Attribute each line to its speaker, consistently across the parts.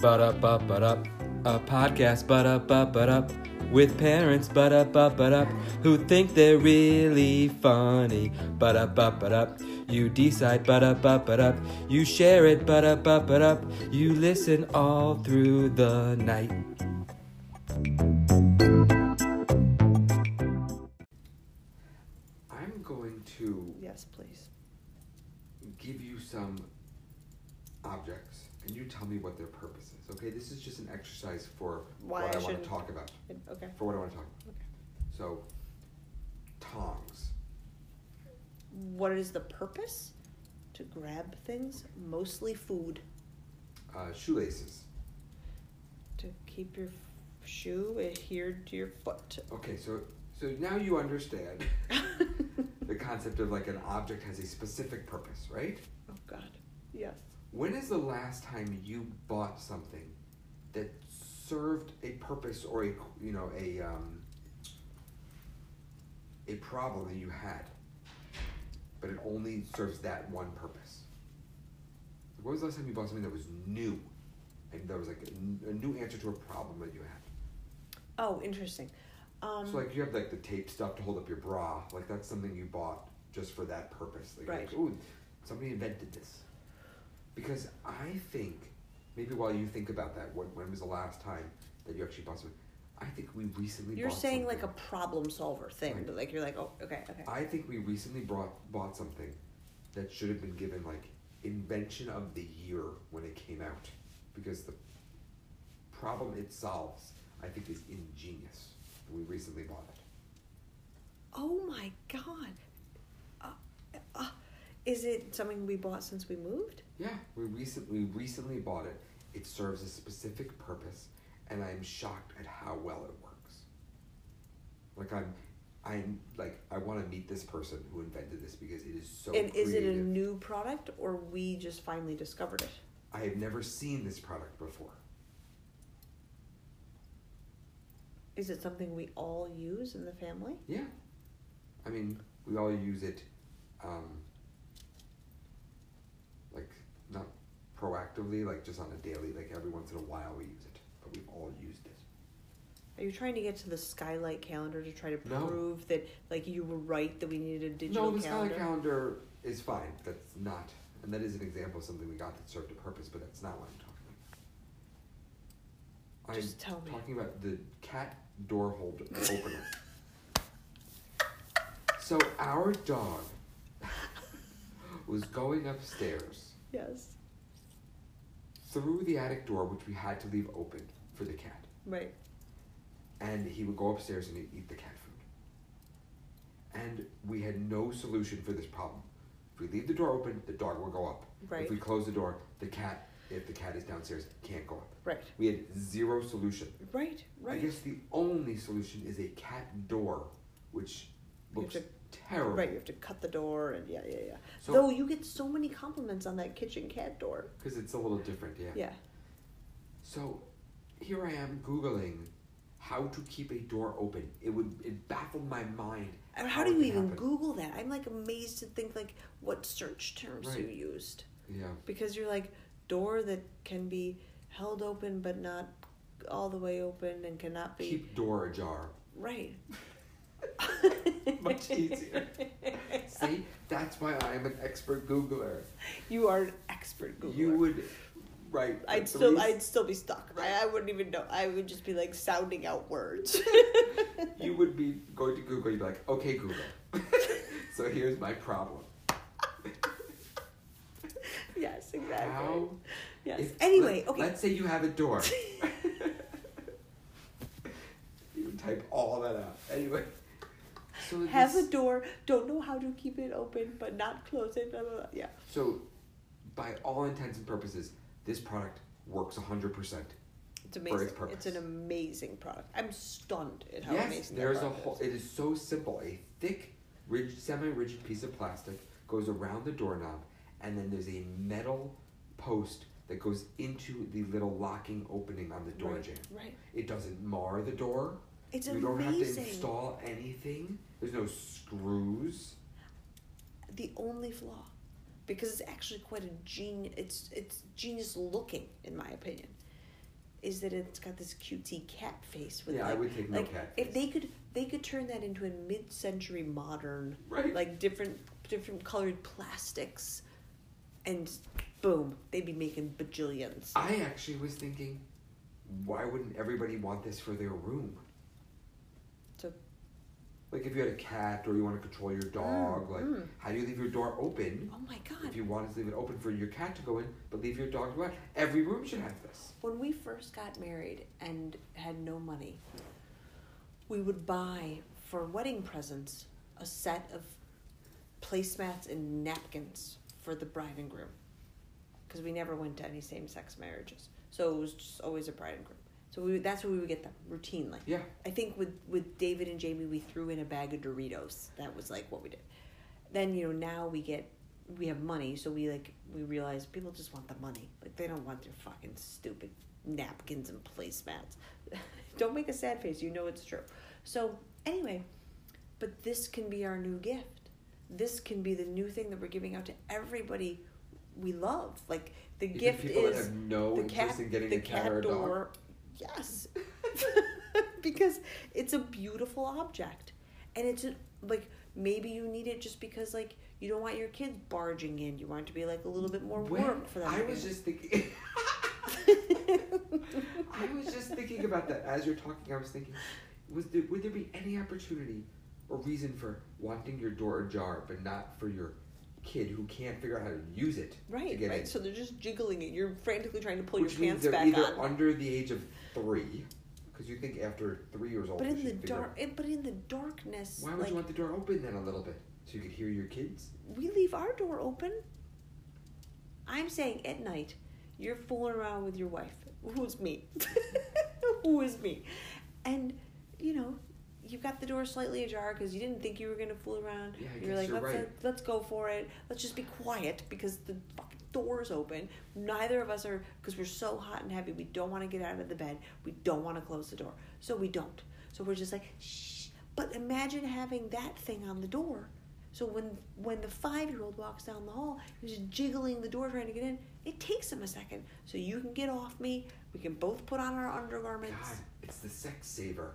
Speaker 1: but up, but but up, a podcast, but up, but but up, with parents, but up, but but up, who think they're really funny, but up, but but up. You decide, but up, but but up, you share it, but up, but but up, you listen all through the night. I'm going to
Speaker 2: Yes, please.
Speaker 1: give you some objects and you tell me what their purpose is. Okay, this is just an exercise for what
Speaker 2: Why I
Speaker 1: I, want
Speaker 2: shouldn't-
Speaker 1: to talk about.
Speaker 2: Okay.
Speaker 1: For what I want to talk about.
Speaker 2: Okay.
Speaker 1: So, tongs.
Speaker 2: What is the purpose? To grab things, mostly food,
Speaker 1: Uh, shoelaces.
Speaker 2: to keep your shoe adhered to your foot.
Speaker 1: Okay, so so now you understand the concept of like an object has a specific purpose, right?
Speaker 2: Oh God. Yes.
Speaker 1: When is the last time you bought something that served a purpose or a you know a um, a problem that you had, but it only serves that one purpose? Like, When was the last time you bought something that was new, and there was like a, n- a new answer to a problem that you had?
Speaker 2: Oh, interesting. Um,
Speaker 1: so like you have like the tape stuff to hold up your bra, like that's something you bought just for that purpose. Like,
Speaker 2: Right.
Speaker 1: like ooh, somebody invented this. Because I think maybe while you think about that, when, when was the last time that you actually bought something? I think we recently.
Speaker 2: you're
Speaker 1: bought
Speaker 2: saying like a
Speaker 1: something.
Speaker 2: problem solver thing,
Speaker 1: Right.
Speaker 2: but like you're like, oh, okay, okay.
Speaker 1: I think we recently brought bought something that should have been given like invention of the year when it came out, because the problem it solves I think is ingenious. We recently bought it.
Speaker 2: oh my God. Uh, uh, is it something we bought since we moved?
Speaker 1: Yeah, we recently we recently bought it. It serves a specific purpose, and I'm shocked at how well it works. Like I'm, I'm like I want to meet this person who invented this because it is so.
Speaker 2: and
Speaker 1: creative.
Speaker 2: is it a new product or we just finally discovered it?
Speaker 1: I have never seen this product before.
Speaker 2: Is it something we all use in the family?
Speaker 1: Yeah, I mean we all use it, um, like not proactively, like just on a daily, like every once in a while we use it, but we've all used it.
Speaker 2: Are you trying to get to the skylight calendar to try to
Speaker 1: No.
Speaker 2: prove that like you were right that we needed a digital
Speaker 1: no, the
Speaker 2: calendar?
Speaker 1: Skylight calendar is fine. That's not, and that is an example of something we got that served a purpose, but that's not what I'm talking about.
Speaker 2: Just tell me.
Speaker 1: I'm talking about the cat door hold opener. so our dog was going upstairs
Speaker 2: Yes.
Speaker 1: through the attic door, which we had to leave open for the cat,
Speaker 2: Right.
Speaker 1: and he would go upstairs and he'd eat the cat food. And we had no solution for this problem. If we leave the door open, the dog will go up.
Speaker 2: Right.
Speaker 1: If we close the door, the cat, if the cat is downstairs, can't go up.
Speaker 2: Right.
Speaker 1: We had zero solution.
Speaker 2: Right.
Speaker 1: I
Speaker 2: Right.
Speaker 1: guess the only solution is a cat door, which
Speaker 2: You
Speaker 1: looks
Speaker 2: have
Speaker 1: terrible.
Speaker 2: Right, you have to cut the door and yeah, yeah, yeah.
Speaker 1: So-
Speaker 2: Though you get so many compliments on that kitchen cat door.
Speaker 1: Because it's a little different, yeah.
Speaker 2: Yeah.
Speaker 1: So here I am Googling how to keep a door open. It would it baffled my mind.
Speaker 2: And How do you
Speaker 1: it
Speaker 2: even
Speaker 1: happened.
Speaker 2: Google that? I'm like amazed to think like what search terms you
Speaker 1: Right.
Speaker 2: used.
Speaker 1: Yeah.
Speaker 2: Because you're like door that can be held open but not all the way open and cannot be
Speaker 1: Keep door ajar.
Speaker 2: right.
Speaker 1: Much easier. See, that's why I am an expert Googler.
Speaker 2: You are an expert Googler.
Speaker 1: You would, right?
Speaker 2: I'd
Speaker 1: the
Speaker 2: still,
Speaker 1: reas-
Speaker 2: I'd still be stuck. I, I wouldn't even know. I would just be like sounding out words.
Speaker 1: You would be going to Google. You'd be like, okay, Google. so here's my problem.
Speaker 2: yes, exactly.
Speaker 1: How?
Speaker 2: Yes.
Speaker 1: if-
Speaker 2: anyway,
Speaker 1: let-
Speaker 2: okay.
Speaker 1: Let's say you have a door. you would type all that out. Anyway. So
Speaker 2: Have
Speaker 1: this-
Speaker 2: a door. Don't know how to keep it open, but not close it. Blah, blah, blah. Yeah.
Speaker 1: So, by all intents and purposes, this product works 100%. its
Speaker 2: It's amazing.
Speaker 1: purpose.
Speaker 2: It's an amazing product. I'm stunned at how
Speaker 1: yes,
Speaker 2: amazing. that
Speaker 1: there's a
Speaker 2: product
Speaker 1: whole.
Speaker 2: is.
Speaker 1: It is so simple. A thick, rigid, semi-rigid piece of plastic goes around the doorknob, and then there's a metal post that goes into the little locking opening on the door
Speaker 2: right.
Speaker 1: jam.
Speaker 2: Right.
Speaker 1: It doesn't mar the door.
Speaker 2: It's
Speaker 1: you don't have to
Speaker 2: amazing.
Speaker 1: install anything. There's no screws.
Speaker 2: the only flaw, because it's actually quite a genius. It's it's genius looking, in my opinion. is that it's got this cutesy cat face with
Speaker 1: Yeah, I
Speaker 2: like,
Speaker 1: would take no
Speaker 2: like
Speaker 1: cat
Speaker 2: if
Speaker 1: face.
Speaker 2: they could they could turn that into a mid-century modern
Speaker 1: Right.
Speaker 2: like different different colored plastics and boom they'd be making bajillions
Speaker 1: I actually was thinking, why wouldn't everybody want this for their room?
Speaker 2: so
Speaker 1: Like if you had a cat or you want to control your dog, like
Speaker 2: mm.
Speaker 1: how do you leave your door open?
Speaker 2: oh my god
Speaker 1: If you want to leave it open for your cat to go in, but leave your dog to go out, every room should have this.
Speaker 2: When we first got married and had no money, we would buy for wedding presents a set of placemats and napkins for the bride and groom. Because we never went to any same sex marriages. So it was just always a bride and groom. So we, that's where we would get them routinely.
Speaker 1: Yeah.
Speaker 2: I think with, with David and Jamie, we threw in a bag of Doritos. That was like what we did. Then, you know, now we get, we have money. So we like, we realize people just want the money. Like they don't want their fucking stupid napkins and placemats. don't make a sad face. You know it's true. So anyway, but this can be our new gift. This can be the new thing that we're giving out to everybody we love. Like the
Speaker 1: Even
Speaker 2: gift
Speaker 1: people
Speaker 2: is
Speaker 1: that have no
Speaker 2: the
Speaker 1: interest
Speaker 2: cat,
Speaker 1: in getting
Speaker 2: the
Speaker 1: a cat, or a dog.
Speaker 2: door. Yes, because it's a beautiful object, and it's an, like maybe you need it just because like you don't want your kids barging in. You want it to be like a little bit more
Speaker 1: When-
Speaker 2: work for them.
Speaker 1: I
Speaker 2: to
Speaker 1: was
Speaker 2: do.
Speaker 1: just thinking. I was just thinking about that as you're talking. I was thinking, was there, would there be any opportunity or reason for wanting your door ajar, but not for your kid who can't figure out how to use it to
Speaker 2: Right,
Speaker 1: get
Speaker 2: right.
Speaker 1: in?
Speaker 2: So they're just jiggling it. You're frantically trying to pull
Speaker 1: Which
Speaker 2: your
Speaker 1: means
Speaker 2: pants
Speaker 1: they're
Speaker 2: back
Speaker 1: either
Speaker 2: on.
Speaker 1: under the age of three, because you think after three years old.
Speaker 2: but
Speaker 1: you
Speaker 2: in the
Speaker 1: should figure
Speaker 2: dark,
Speaker 1: out-
Speaker 2: eh, but in the darkness,
Speaker 1: Why would
Speaker 2: like
Speaker 1: you want the door open then a little bit so you could hear your kids?
Speaker 2: we leave our door open. I'm saying at night, you're fooling around with your wife. Who's me? Who is me? And you know, you've got the door slightly ajar because you didn't think you were gonna fool around.
Speaker 1: Yeah, I
Speaker 2: you're
Speaker 1: guess
Speaker 2: like,
Speaker 1: you're
Speaker 2: let's uh,
Speaker 1: right.
Speaker 2: let's go for it. Let's just be quiet because the fucking door's open. Neither of us are because we're so hot and heavy. We don't want to get out of the bed. We don't want to close the door, so we don't. So we're just like shh. But imagine having that thing on the door. So when when the five year old walks down the hall, he's just jiggling the door trying to get in. It takes him a second. So you can get off me. We can both put on our
Speaker 1: God,
Speaker 2: undergarments.
Speaker 1: it's the sex saver.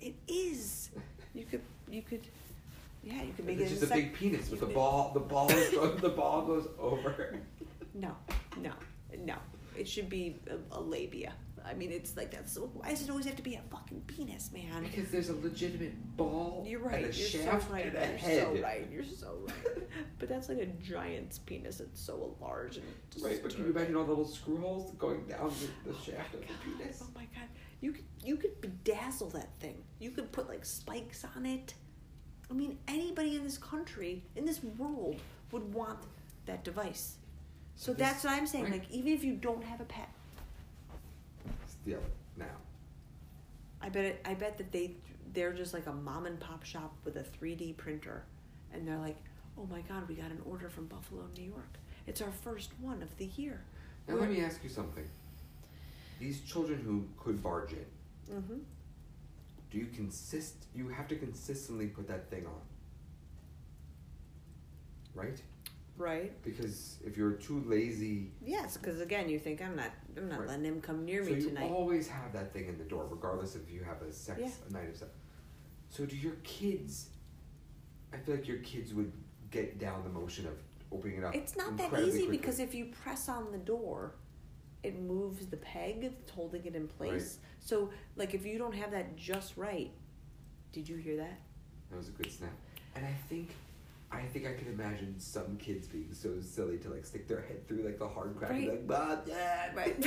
Speaker 2: It is. You could you could yeah, you could make
Speaker 1: it's
Speaker 2: it
Speaker 1: just a
Speaker 2: sec-
Speaker 1: big penis with the
Speaker 2: you-
Speaker 1: ball. The ball is go- the ball goes over.
Speaker 2: No, no, no. It should be a, a labia. I mean, it's like that's so. Why does it always have to be a fucking penis, man?
Speaker 1: Because there's a legitimate ball
Speaker 2: You're right.
Speaker 1: and a
Speaker 2: You're
Speaker 1: shaft
Speaker 2: so right.
Speaker 1: and a
Speaker 2: you're
Speaker 1: head.
Speaker 2: so right. You're so right. but that's like a giant's penis. It's so large and just
Speaker 1: Right, but can you imagine all the little screw holes going down the, the shaft of the
Speaker 2: God,
Speaker 1: penis?
Speaker 2: Oh my god. You could you could bedazzle that thing. You could put like spikes on it. I mean, anybody in this country, in this world, would want that device. So
Speaker 1: This-
Speaker 2: that's what I'm saying.
Speaker 1: right.
Speaker 2: Like, even if you don't have a pet,
Speaker 1: Steal it now.
Speaker 2: I bet it, I bet that they they're just like a mom and pop shop with a 3D printer, and they're like, oh my god, we got an order from Buffalo, New York. It's our first one of the year.
Speaker 1: Now let me ask you something. These children who could barge in,
Speaker 2: Mm-hmm.
Speaker 1: do you consist? You have to consistently put that thing on, right?
Speaker 2: Right.
Speaker 1: Because if you're too lazy,
Speaker 2: Yes, because again, you think I'm not I'm not
Speaker 1: Right.
Speaker 2: letting him come near
Speaker 1: so
Speaker 2: me
Speaker 1: you
Speaker 2: tonight.
Speaker 1: always have that thing in the door, regardless if you have a sex
Speaker 2: Yeah.
Speaker 1: a night of sex. So do your kids? I feel like your kids would get down the motion of opening it up.
Speaker 2: It's not that
Speaker 1: incredibly
Speaker 2: easy
Speaker 1: quickly.
Speaker 2: because if you press on the door, it moves the peg that's holding it in place. So, like, if you don't have that just right, did you hear that?
Speaker 1: That was a good snap. And I think, I think I can imagine some kids being so silly to like stick their head through like the hard crack and be
Speaker 2: Right.
Speaker 1: like, "Mom, Dad,
Speaker 2: Right.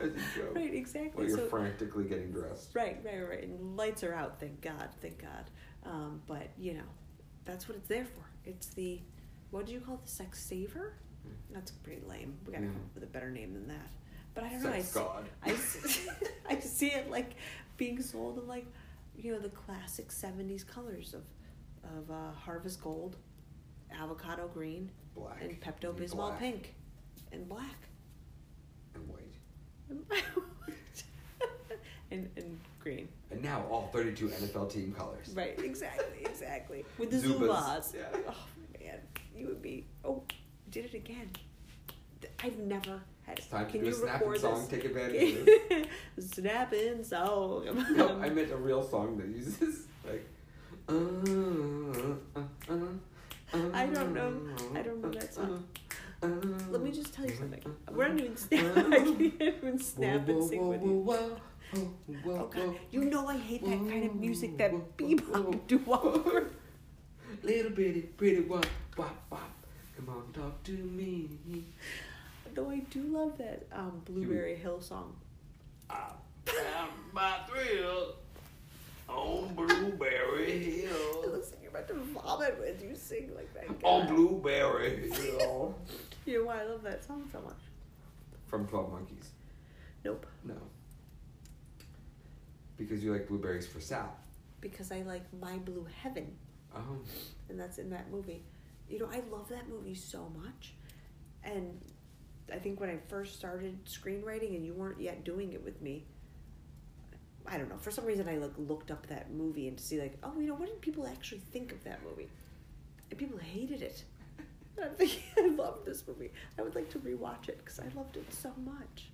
Speaker 1: As a joke.
Speaker 2: right,
Speaker 1: While
Speaker 2: exactly.
Speaker 1: you're
Speaker 2: So,
Speaker 1: frantically getting dressed.
Speaker 2: right, right, right. And lights are out, thank God, thank God. Um, but, you know, that's what it's there for. It's the, what do you call it, the sex saver? That's pretty lame. We gotta
Speaker 1: Yeah.
Speaker 2: come up with a better name than that. But I don't know. I
Speaker 1: Mm. Sex
Speaker 2: see-
Speaker 1: god.
Speaker 2: I see, I see it like being sold in like you know the classic 70s colors of of uh, harvest gold avocado green
Speaker 1: Black.
Speaker 2: and pepto bismol
Speaker 1: black
Speaker 2: pink and black
Speaker 1: And white.
Speaker 2: and, and green
Speaker 1: And now all 32 NFL team colors.
Speaker 2: right exactly exactly with the
Speaker 1: Zubas,
Speaker 2: zubas,
Speaker 1: yeah.
Speaker 2: oh man you would be oh did it again Th- i've never
Speaker 1: It's time to do a snapping song. Take advantage of this.
Speaker 2: this? snapping song. Um,
Speaker 1: no, I meant a real song that uses like. Uh, uh, uh, uh,
Speaker 2: I don't know- I don't know that song.
Speaker 1: uh, uh,
Speaker 2: Let me just tell you something.
Speaker 1: uh,
Speaker 2: We're not even snap. I can't even snap
Speaker 1: whoa,
Speaker 2: and
Speaker 1: whoa,
Speaker 2: sing
Speaker 1: whoa,
Speaker 2: with you.
Speaker 1: whoa, whoa, whoa,
Speaker 2: Oh
Speaker 1: whoa.
Speaker 2: God, you know I hate that kind of music, that
Speaker 1: Whoa, whoa, whoa,
Speaker 2: bebop do over.
Speaker 1: Little bitty, pretty wop, wop, wop. Come on, talk to me.
Speaker 2: Though I do love that um, Blueberry Hill song.
Speaker 1: I found my thrill on Blueberry
Speaker 2: It
Speaker 1: Hill.
Speaker 2: looks like you're about to vomit when you sing like that.
Speaker 1: On
Speaker 2: God.
Speaker 1: Blueberry Hill.
Speaker 2: You know why I love that song so much?
Speaker 1: From 12 Monkeys.
Speaker 2: Nope.
Speaker 1: No. Because you like blueberries for Sal.
Speaker 2: Because I like My Blue Heaven,
Speaker 1: Oh.
Speaker 2: and that's in that movie. You know, I love that movie so much. And I think when I first started screenwriting and you weren't yet doing it with me, I don't know. For some reason, I like looked up that movie and to see like, oh, you know, what did people actually think of that movie? And people hated it. And I'm thinking, I love this movie. I would like to rewatch it because I loved it so much.